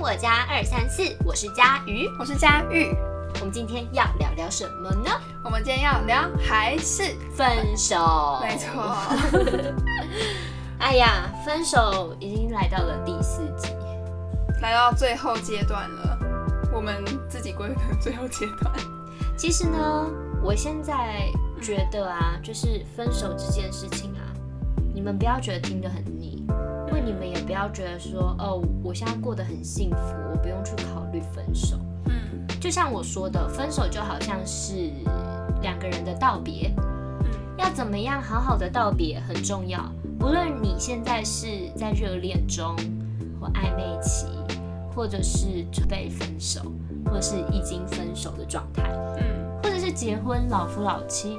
我家二三四，我是佳瑜。我是佳玉，我们今天要聊聊什么呢？我们今天要聊还是分手。没错。 哎呀，分手已经来到了第四集，来到最后阶段了，我们自己归的最后阶段。其实呢，我现在觉得啊，就是分手这件事情啊，你们不要觉得听得很腻，嗯因为你们也不要觉得说，哦，我现在过得很幸福，我不用去考虑分手。嗯就像我说的，分手就好像是两个人的道别，嗯要怎么样好好的道别很重要。无论你现在是在热恋中，或暧昧期，或者是准备分手，或是已经分手的状态，嗯，或者是结婚老夫老妻，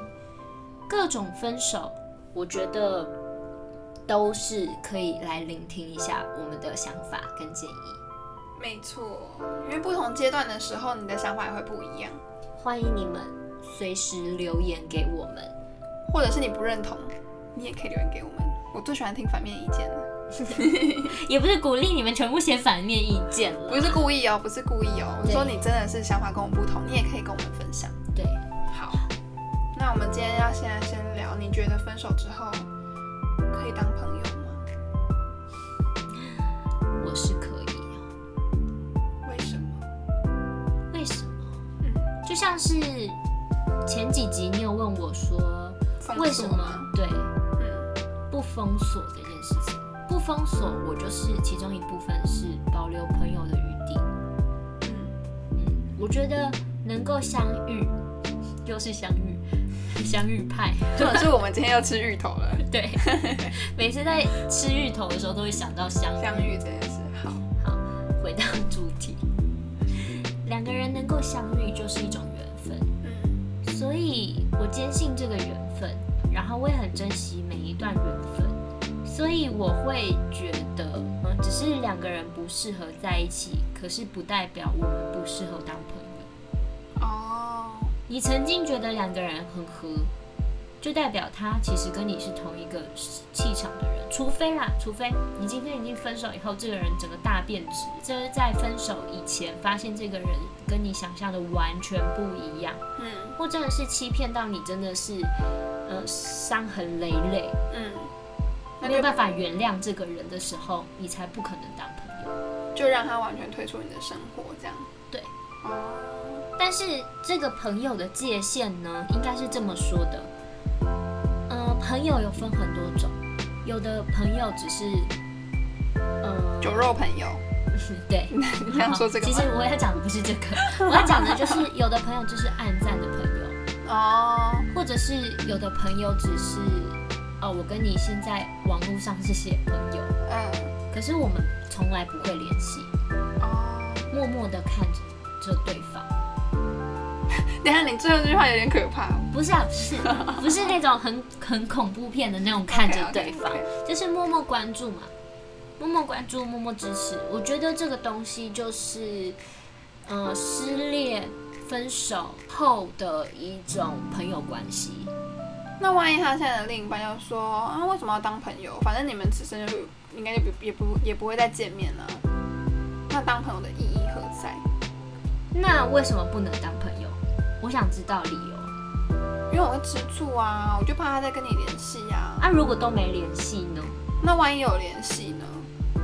各种分手，我觉得都是可以来聆听一下我们的想法跟建议。没错，因为不同阶段的时候，你的想法也会不一样，欢迎你们随时留言给我们。或者是你不认同，你也可以留言给我们。我最喜欢听反面意见了，也不是鼓励你们全部写反面意见了，不是故意哦，不是故意哦。我嗯对说你真的是想法跟我不同，你也可以跟我们分享。对，好，那我们今天要现在先聊，你觉得分手之后可以当朋友吗？我是可以。为什么？为什么？嗯，就像是前几集你有问我说，封为锁什么吗？对嗯不封锁这件事情？不封锁，我就是其中一部分是保留朋友的余地。嗯，嗯，我觉得能够相遇，又是相遇， 相遇派。重点是啊我们今天要吃芋头 了， 对，每次在吃芋头的时候都会想到相遇。相遇这件事。好，好，回到主题，两个人能够相遇就是一种缘分，嗯所以我坚信这个缘分，然后我也很珍惜每一段缘分，所以我会觉得，嗯，只是两个人不适合在一起，可是不代表我们不适合当朋友。哦，你曾经觉得两个人很合，就代表他其实跟你是同一个气场的人，除非啦，除非你今天已经分手以后，这个人整个大变质，这是在分手以前发现这个人跟你想象的完全不一样，嗯或真的是欺骗到你，真的是呃伤痕累累，嗯，那没有就办法原谅这个人的时候，你才不可能当朋友。就让他完全退出你的生活，这样。对。哦，但是这个朋友的界限呢，应该是这么说的。呃，朋友有分很多种，有的朋友只是，呃，酒肉朋友， 对，你这样说这个其吗实？我要讲的不是这个， 我要讲的就是有的朋友就是暗赞的朋友，哦，或者是有的朋友只是，哦，我跟你现在网络上是写朋友，嗯，可是我们从来不会联系，哦，默默的看着着对方。等一下你最后这句话有点可怕哦。不是啊，不是，不是那种很很恐怖片的那种看着对方 OK，OK，OK 就是默默关注嘛，默默关注，默默支持。我觉得这个东西就是，呃，失恋、分手后的一种朋友关系。那万一他现在的另一半要说啊，为什么要当朋友？反正你们此生就应该就不也不也不会再见面了、那当朋友的意义何在？那为什么不能当朋友？我想知道理由。因为我会吃醋啊，我就怕他再跟你联系啊。啊，如果都没联系呢？那万一有联系呢？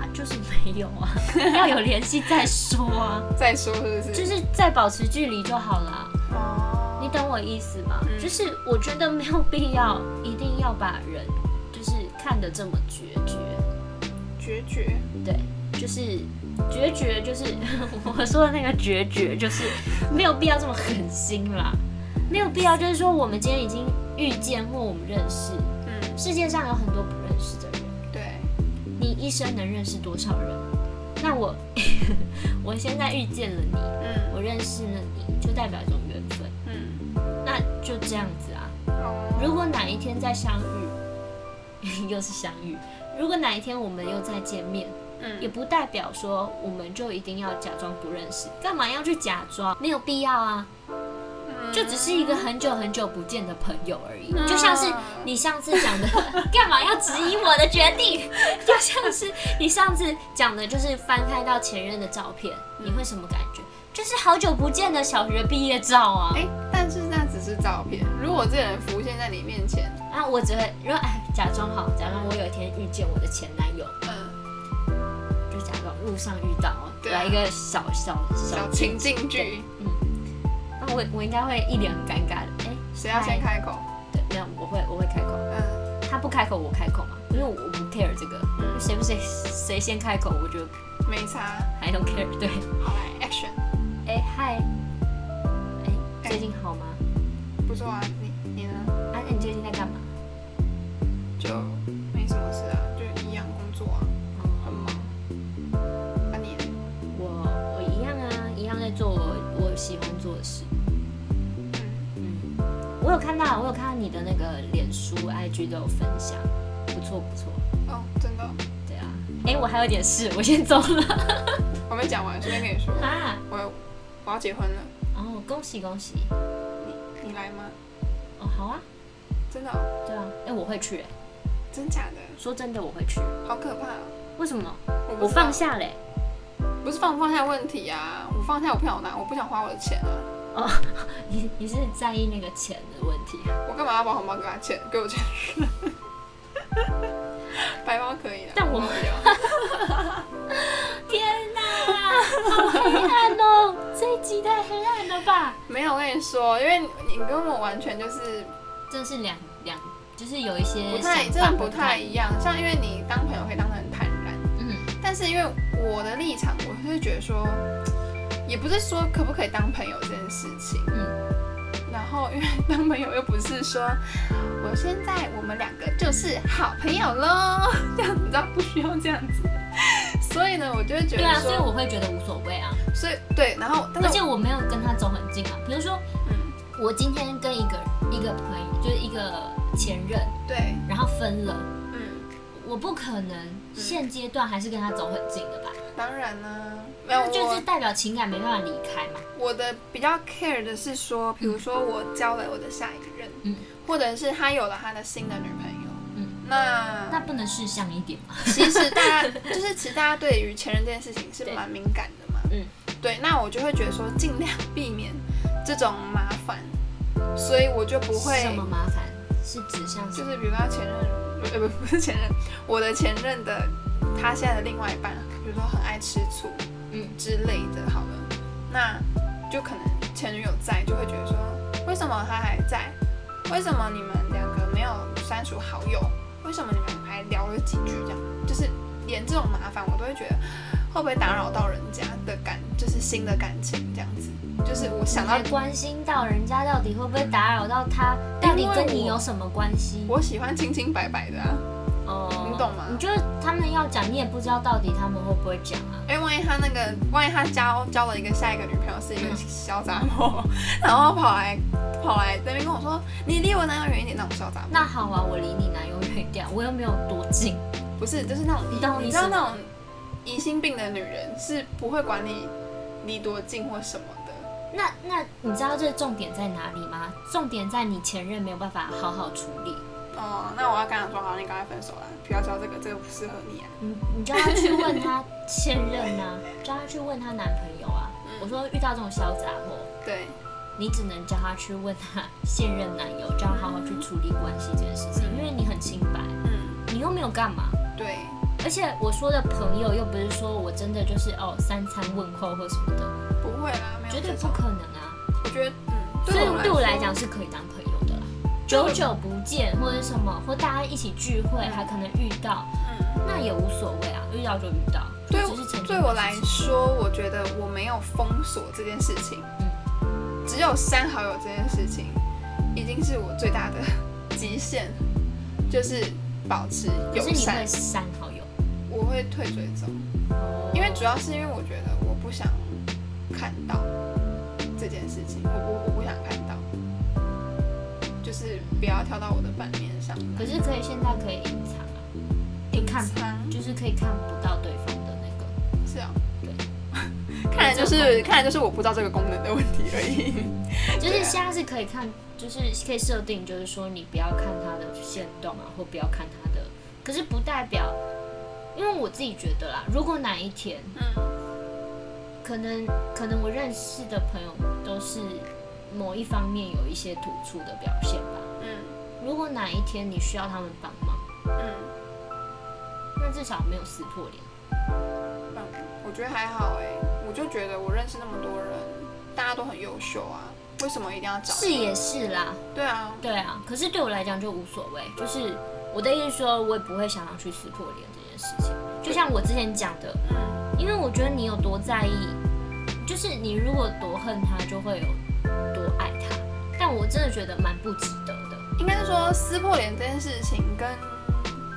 啊，就是没有啊，要有联系再说啊，再说是不是？就是再保持距离就好啦。哦，你懂我意思吗？嗯就是我觉得没有必要一定要把人就是看得这么决绝，决绝，对，就是决绝，就是 我说的那个决绝，就是没有必要这么狠心啦，没有必要，就是说我们今天已经遇见或我们认识，嗯，世界上有很多不认识的人，对，你一生能认识多少人？那我 我现在遇见了你，嗯我认识了你，就代表一种缘分，嗯，那就这样子啊。哦，如果哪一天再相遇， 又是相遇。如果哪一天我们又再见面，也嗯，不代表说我们就一定要假装不认识，干嘛要去假装？没有必要啊。嗯就只是一个很久很久不见的朋友而已。嗯就像是你上次讲 的，干嘛要质疑我的决定？就像是你上次讲的，就是翻开到前任的照片，你会什么感觉？就是好久不见的小学毕业照啊！哎、但是那只是照片，如果这个人浮现在你面前，啊，我只会如果哎，假装好，假装我有一天遇见我的前男友，嗯，就假装路上遇到，对啊来一个小小小小情境剧，那我我应该会一脸很尴尬的，哎、谁要先开口？对，没有，我会我会开口，嗯，他不开口我开口嘛，因为我我不 care 这个，谁不谁谁先开口，我就没差。 I don't care。对，好来，action，哎、嗨，哎、哎最近好吗？不错啊，你你呢？啊，那你最近在干嘛？就没什么事啊，就一样工作啊，哦很忙。啊你呢？我我一样啊，一样在做我我喜欢做的事。嗯，嗯，我有看到，我有看到你的那个脸书、IG 都有分享，不错不错。哦，真的哦，对啊，哎、我还有点事，我先走了我没讲完，顺便跟你说，啊。我我要结婚了，哦，恭喜恭喜。你你来吗？哦，好啊，真的哦，对啊，哎、我会去、哎真假的，说真的，我会去。好可怕哦！为什么？我不我知道放，下嘞、不是放不放下问题啊，我放下我不想拿，我不想花我的钱啊。哦，你你是在意那个钱的问题？我干嘛要把红包给他钱？给我钱？ 白包可以的，但我 红包不要天哪，好黑暗哦！这一集太黑暗了吧？没有。我跟你说，因为你跟我完全就是真是两两，就是有一些不太，想真法的不太一样。像因为你当朋友可以当得很坦然，嗯但是因为我的立场，我是觉得说，也不是说可不可以当朋友这件事情。嗯然后因为当朋友又不是说，我现在我们两个就是好朋友喽， 这样子，你知道不需要这样子。 所以呢，我就会觉对得啊，所以说，我会觉得无所谓啊。所以对，然后但而是且我我没有跟他走很近啊。比如说，嗯，我今天跟一个一个朋友，就是一个前任，对，然后分了，嗯，我不可能现阶段还是跟他走很近的吧？当然呢，没有那就是我代表情感没办法离开嘛。我的比较 care 的是说，比如说我交了我的下一个人，嗯或者是他有了他的新的女朋友，嗯，那那不能事项一点吗？其实大家就是其实大家对于前任这件事情是对蛮敏感的嘛，嗯，对，那我就会觉得说尽量避免这种麻烦，所以我就不会什么麻烦？是指向什就么？是比如说他前任，呃不不是前任，我的前任的他现在的另外一半，比如说很爱吃醋，嗯之类的，好了，那就可能前女友在，就会觉得说，为什么他还在？为什么你们两个没有删除好友？为什么你们还聊了几句这样？就是连这种麻烦我都会觉得会不会打扰到人家的感，就是新的感情这样子。就是我想到还关心到人家到底会不会打扰到他，到底跟你有什么关系？我喜欢清清白白的啊，哦、你懂吗你觉得他们要讲，你也不知道到底他们会不会讲啊？哎、万一他那个，万一他交交了一个下一个女朋友是一个嗯小杂毛， 然后跑来跑来在那边跟我说，你离我男友远一点那种小杂毛，那好啊，我离你男友远一点，我又没有多近。不是，就是那种你懂我你意知思道那吗种疑心病的女人是不会管你离多近或什么的，那那你知道这重点在哪里吗？重点在你前任没有办法好好处理，哦、那我要跟他说，好，你赶快分手啦，不要交这个，这个不适合你啊，你你就要去问他现任啊，叫他去问他男朋友啊。我说遇到这种小杂货，对，你只能叫他去问他现任男友，叫他好好去处理关系这件事情，因为你很清白，嗯，你又没有干嘛。对，而且我说的朋友又不是说我真的就是哦三餐问候或什么的，不会啦，没有绝对这不种，可能啊。我觉得，嗯，所以对我来说讲是可以当朋友的啦。久久不见或者什么，或大家一起聚会还可能遇到，嗯。那也无所谓啊，遇到就遇到。对就只是曾经对我的事来情说，我觉得我没有封锁这件事情，嗯只有删好友这件事情，已经是我最大的极限，就是保持可友是你善会。删好友，我会退追踪，因为主要是因为我觉得我不想看到这件事情，我我我不想看到，就是不要跳到我的版面上来。可是可以现在可以隐藏啊，你看仓就是可以看不到对方的那个。是啊， 对，看来就是看来就是我不知道这个功能的问题而已。啊就是现在是可以看，就是可以设定，就是说你不要看它的线动啊，或不要看它的。可是不代表，因为我自己觉得啦，如果哪一天，嗯，可能可能我认识的朋友都是某一方面有一些突出的表现吧。 嗯如果哪一天你需要他们帮忙，嗯，那至少没有撕破脸。嗯我觉得还好哎、我就觉得我认识那么多人，大家都很优秀啊，为什么一定要找？是也是啦，对啊，对啊。可是对我来讲就无所谓，就是我的意思说，我也不会想要去撕破脸这件事情。就像我之前讲的，嗯因为我觉得你有多在意，就是你如果多恨他，就会有多爱他。但我真的觉得蛮不值得的。应该是说撕破脸这件事情跟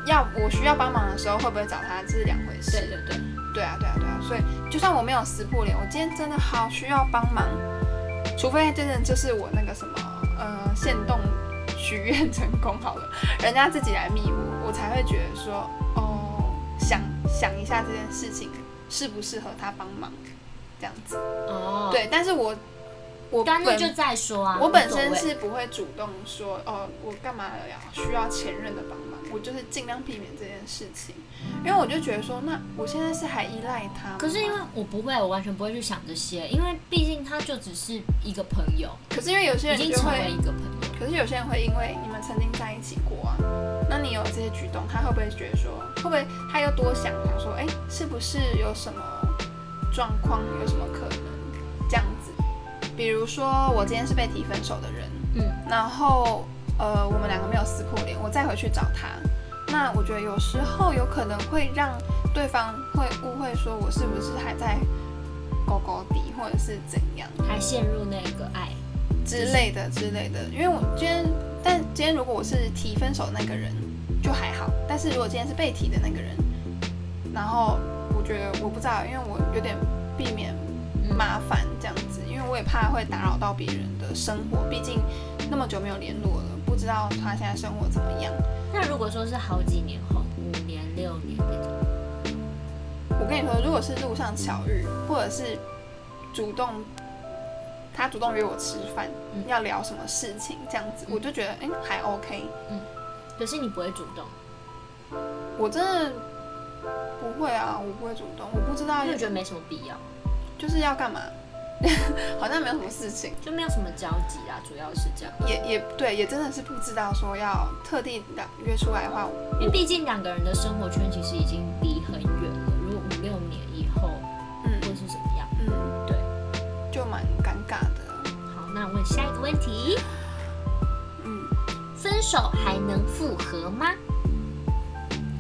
要我需要帮忙的时候会不会找他，这是两回对事。对对，对啊，对啊，对啊，所以就算我没有撕破脸，我今天真的好需要帮忙，除非真的就是我那个什么呃限动许愿成功好了， 人家自己来密我，我才会觉得说哦，想想一下这件事情适不适合他帮忙，这样子。哦，对，但是我我对啊，本那就再说啊。我本无所谓身是不会主动说哦，我干嘛呀？需要前任的帮忙，我就是尽量避免这件事情，因为我就觉得说，那我现在是还依赖他吗。可是因为我不会，我完全不会去想这些，因为毕竟他就只是一个朋友，可是因为有些已人经就成为会，一个朋友。可是有些人会因为你们曾经在一起过啊，那你有这些举动，他会不会觉得说，会不会他又多想想说，哎，是不是有什么状况，有什么可能这样子？比如说我今天是被提分手的人，嗯，然后呃，我们两个没有撕破脸，我再回去找他。那我觉得有时候有可能会让对方会误会说我是不是还在勾勾底，或者是怎样还陷入那个爱。之类的之类的。因为我今天，但今天如果我是提分手的那个人就还好，但是如果今天是被提的那个人，然后我觉得我不知道，因为我有点避免嗯麻烦这样子，因为我也怕会打扰到别人的生活，毕竟那么久没有联络了，不知道他现在生活怎么样。那如果说是好几年后，五年、六年那种，我跟你说，如果是路上巧遇，或者是主动他主动约我吃饭，嗯要聊什么事情这样子，嗯我就觉得哎、诶还 OK。可是你不会主动，我真的不会啊，我不会主动，我不知道因为我觉得没什么必要，就是要干嘛， 好像没有什么事情。就没有什么交集啊，主要是这样。也也对，也真的是不知道说要特地的约出来的话，因为毕竟两个人的生活圈其实已经离很远了，如果五六年以后嗯会是怎么样？嗯，对，就蛮尴尬的。好，那问下一个问题：嗯，分手还能复合吗？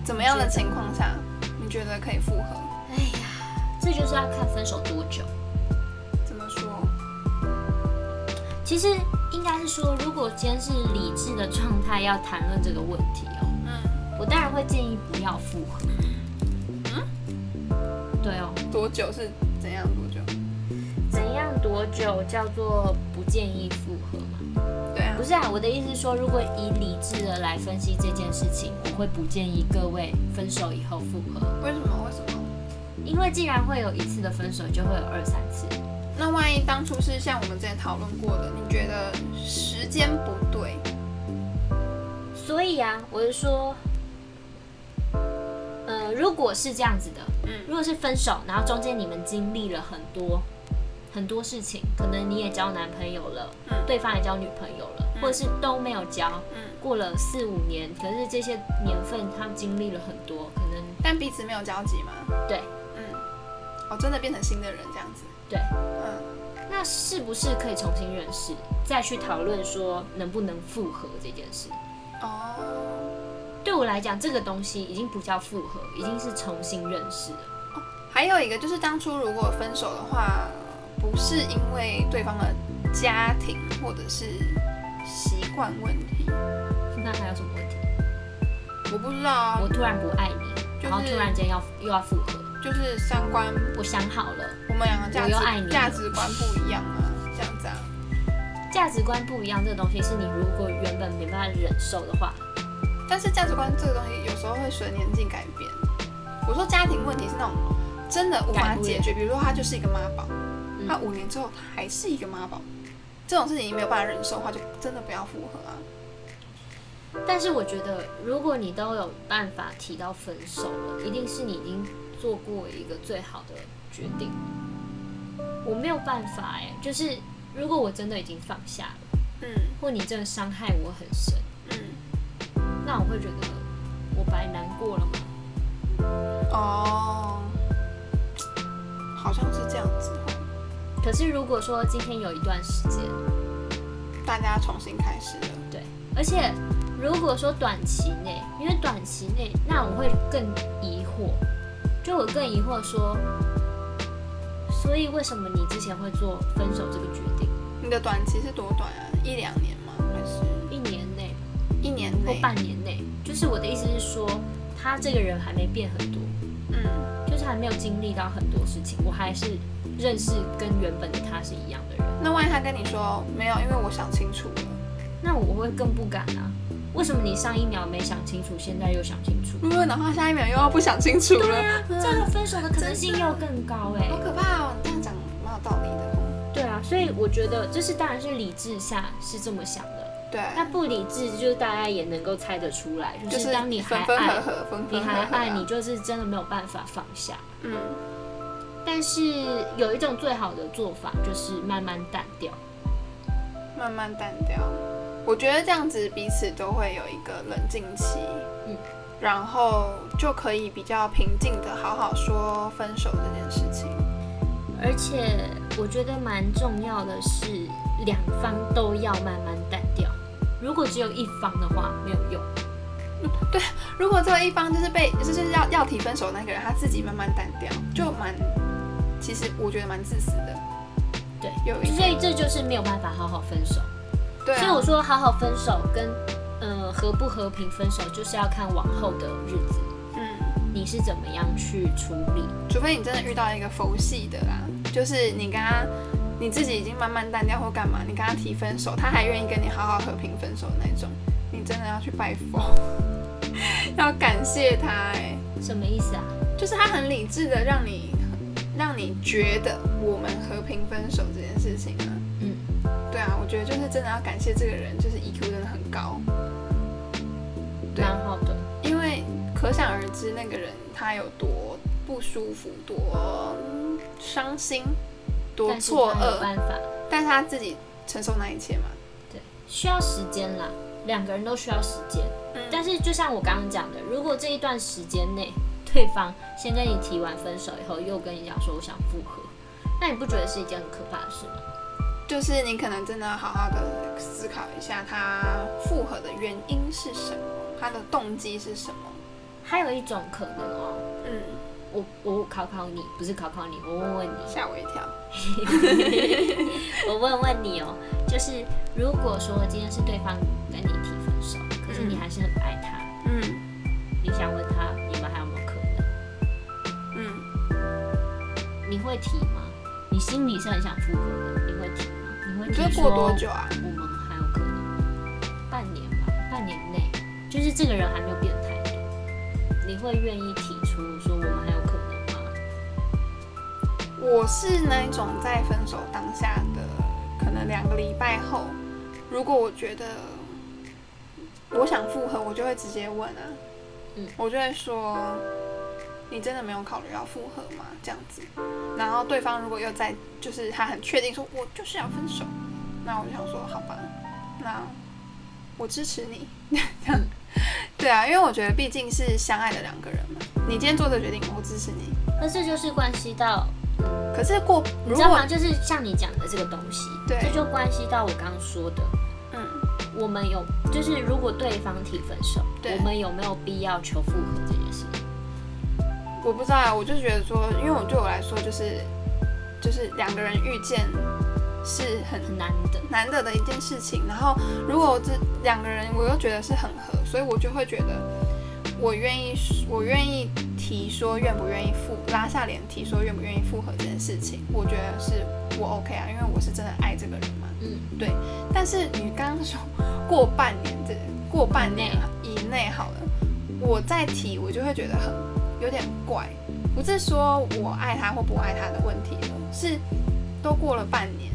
怎么样的情况下你觉得可以复合？哎呀，这就是要看分手多久。怎么说？其实应该是说，如果今天是理智的状态要谈论这个问题哦，嗯，我当然会建议不要复合。嗯，对哦，多久是怎样多久？怎样多久叫做不建议复合嘛？对啊不，是啊，我的意思是说，如果以理智的来分析这件事情，我会不建议各位分手以后复合，为什么？为什么？因为既然会有一次的分手，就会有二三次。那万一当初是像我们之前讨论过的，你觉得时间不对，所以啊，我是说，呃，如果是这样子的，嗯如果是分手，然后中间你们经历了很多很多事情，可能你也交男朋友了，嗯对方也交女朋友了，嗯或者是都没有交，嗯，过了四五年，可是这些年份他们经历了很多，可能但彼此没有交集吗？对嗯，哦，真的变成新的人这样子，对，嗯，那是不是可以重新认识，再去讨论说能不能复合这件事？哦，对我来讲，这个东西已经不叫复合，已经是重新认识了。还有一个就是当初如果分手的话，不是因为对方的家庭或者是习惯问题，那还有什么问题？我不知道啊我，突然不爱你，就是然后突然间要又要复合，就是三观，我想好了，我们两个价我又爱你了值价值观不一样啊，这样子啊，价值观不一样，这个东西是你如果原本没办法忍受的话，但是价值观这个东西有时候会随年纪改变。我说家庭问题是那种真的无法改不了解决，比如说他就是一个妈宝，嗯他五年之后他还是一个妈宝，这种事情你没有办法忍受的话，就真的不要复合啊。但是我觉得，如果你都有办法提到分手了，一定是你已经做过一个最好的决定。我没有办法哎、就是如果我真的已经放下了，嗯或你真的伤害我很深，嗯，那我会觉得我白难过了嘛。哦，好像是这样子哦，可是如果说今天有一段时间，大家重新开始了。对，而且如果说短期内，因为短期内，那我会更疑惑，就我更疑惑说，所以为什么你之前会做分手这个决定？你的短期是多短啊？一两年吗？还是一年内一年或内？半年内，就是我的意思是说，他这个人还没变很多，嗯，就是还没有经历到很多事情，我还是认识跟原本的他是一样的人，那万一他跟你说没有，因为我想清楚了。那我会更不敢啊。为什么你上一秒没想清楚，现在又想清楚？如果的话，下一秒又要不想清楚了，对啊，这样的分手的可能性又更高哎、好可怕哦！你这样讲蛮有道理的哦。对啊，所以我觉得这是当然是理智下是这么想的，对，那不理智就是大家也能够猜得出来，就就是当你还分爱，分合合，分分合合、啊你还爱，你，就是真的没有办法放下。嗯，但是有一种最好的做法就是慢慢淡掉，慢慢淡掉。我觉得这样子彼此都会有一个冷静期，嗯，然后就可以比较平静的好好说分手这件事情。而且我觉得蛮重要的是两方都要慢慢淡掉，如果只有一方的话没有用。如果这一方就是被就是要要提分手的那个人，他自己慢慢淡掉，就蛮，其实我觉得蛮自私的。对，有一所以这就是没有办法好好分手。对、啊，所以我说好好分手跟呃和不和平分手，就是要看往后的日子嗯，你是怎么样去处理。除非你真的遇到一个佛系的啦，就是你跟他你自己已经慢慢淡掉或干嘛，你跟他提分手，他还愿意跟你好好和平分手那种，你真的要去拜佛， 要感谢他哎、什么意思啊？就是他很理智的让你让你觉得我们和平分手这件事情啊。嗯，对啊，我觉得就是真的要感谢这个人，就是 EQ 真的很高，嗯对蛮好的。因为可想而知那个人他有多不舒服、多嗯伤心、多但是错他有愕，办法，但是他自己承受那一切嘛。对，需要时间啦，两个人都需要时间。嗯但是就像我刚刚讲的，如果这一段时间内对方先跟你提完分手以后，又跟你讲说我想复合，那你不觉得是一件很可怕的事吗？就是你可能真的要好好的思考一下，他复合的原因是什么，他的动机是什么。还有一种可能哦，嗯，我我考考你，不是考考你，我问问你，吓我一跳。 我问问你哦，就是如果说今天是对方跟你提分手，可是你还是很爱他，嗯你想问他你们还有没有可能？嗯，你会提吗？你心里是很想复合的，你会提吗？你会你提觉说得过多久啊？我们还有可能吗？半年吧，半年内，就是这个人还没有变太多，你会愿意提出说我们还有可能吗？我是那种在分手当下的，可能两个礼拜后，如果我觉得我想复合，我就会直接问啊，嗯我就会说，你真的没有考虑要复合吗？这样子，然后对方如果又在，就是他很确定说我就是要分手，那我就想说，好吧，那我支持你， 这样，对啊，因为我觉得毕竟是相爱的两个人嘛，你今天做的决定，我支持你。那这就是关系到可是过，你如知道果吗？就是像你讲的这个东西，对这就关系到我刚刚说的，嗯。我们有就是如果对方提分手，对我们有没有必要求复合这件事？我不知道啊，我就觉得说，因为我对我来说就是就是两个人遇见是很很难的，难得的一件事情。然后如果这两个人我又觉得是很合，所以我就会觉得我愿意我愿意提说愿不愿意复拉下脸提说愿不愿意复合这件事情，我觉得是我 OK 啊，因为我是真的爱这个人嘛。嗯，但是你刚刚说过半年这过半年以内好了，我再提我就会觉得很有点怪，不是说我爱他或不爱他的问题了，是都过了半年，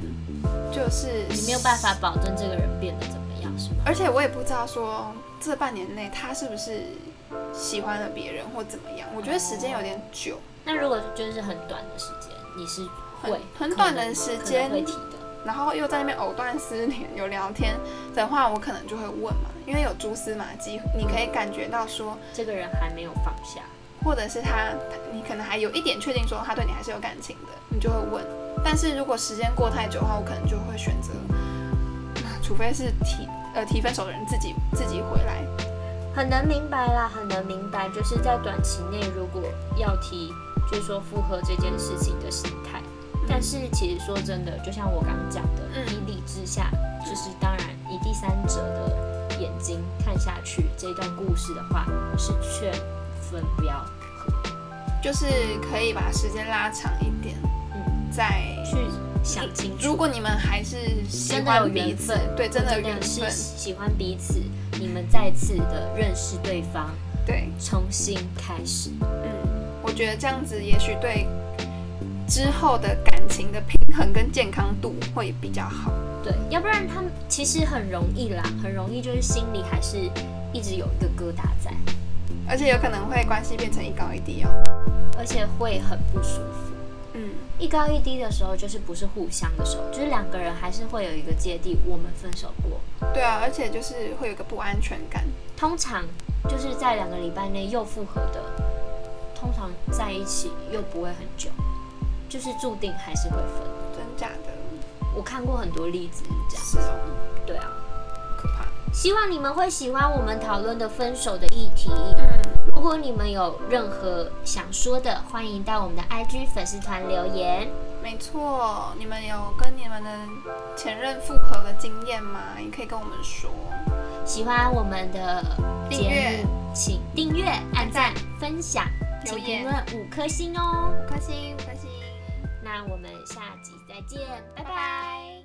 就是你没有办法保证这个人变得怎么样，是吗？而且我也不知道说这半年内他是不是喜欢了别人或怎么样，我觉得时间有点久，那如果就是很短的时间，你是很会很可短能的时可能间会提的，然后又在那边藕断丝连有聊天的话，我可能就会问嘛，因为有蛛丝马迹，你可以感觉到说，这个人还没有放下。或者是他你可能还有一点确定说他对你还是有感情的，你就会问。但是如果时间过太久的话，我可能就会选择，除非是提呃提分手的人自己自己回来，很能明白啦，很能明白，就是在短期内如果要提，就是说复合这件事情的心态。但是其实说真的，就像我刚刚讲的，嗯以理智下，就是当然以第三者的眼睛看下去这段故事的话，是劝分不要合，就是可以把时间拉长一点，嗯，再去想清楚。如果你们还是喜真的有欢缘彼此分，，对，真的有缘的是分，喜欢彼此，你们再次的认识对方，对。重新开始。嗯，我觉得这样子也许对之后的感情的平衡跟健康度会比较好。对，要不然他们其实很容易啦，很容易就是心里还是一直有一个疙瘩在，而且有可能会关系变成一高一低哦。而且会很不舒服。嗯，一高一低的时候，就是不是互相的时候，就是两个人还是会有一个芥蒂。我们分手过，对啊，而且就是会有一个不安全感。通常就是在两个礼拜内又复合的，通常在一起又不会很久，就是注定还是会分。真假的？我看过很多例子是这样，是哦，对啊。可怕。希望你们会喜欢我们讨论的分手的议题。嗯如果你们有任何想说的，欢迎到我们的 IG 粉丝团留言。没错，你们有跟你们的前任复合的经验吗？也可以跟我们说。喜欢我们的节订阅目，请订阅、按赞、分享、留请言评论五颗星哦。不开心，不开心。那我们下集再见，拜拜